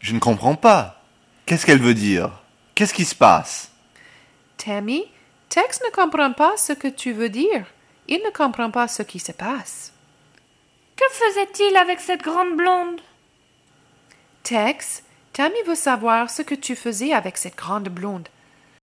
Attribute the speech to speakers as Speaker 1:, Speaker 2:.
Speaker 1: Je ne comprends pas. Qu'est-ce qu'elle veut dire Qu'est-ce qui se passe
Speaker 2: Tammy, Tex ne comprend pas ce que tu veux dire. Il ne comprend pas ce qui se passe.
Speaker 3: Que faisait-il avec cette grande blonde
Speaker 2: Tex, Tammy veut savoir ce que tu faisais avec cette grande blonde.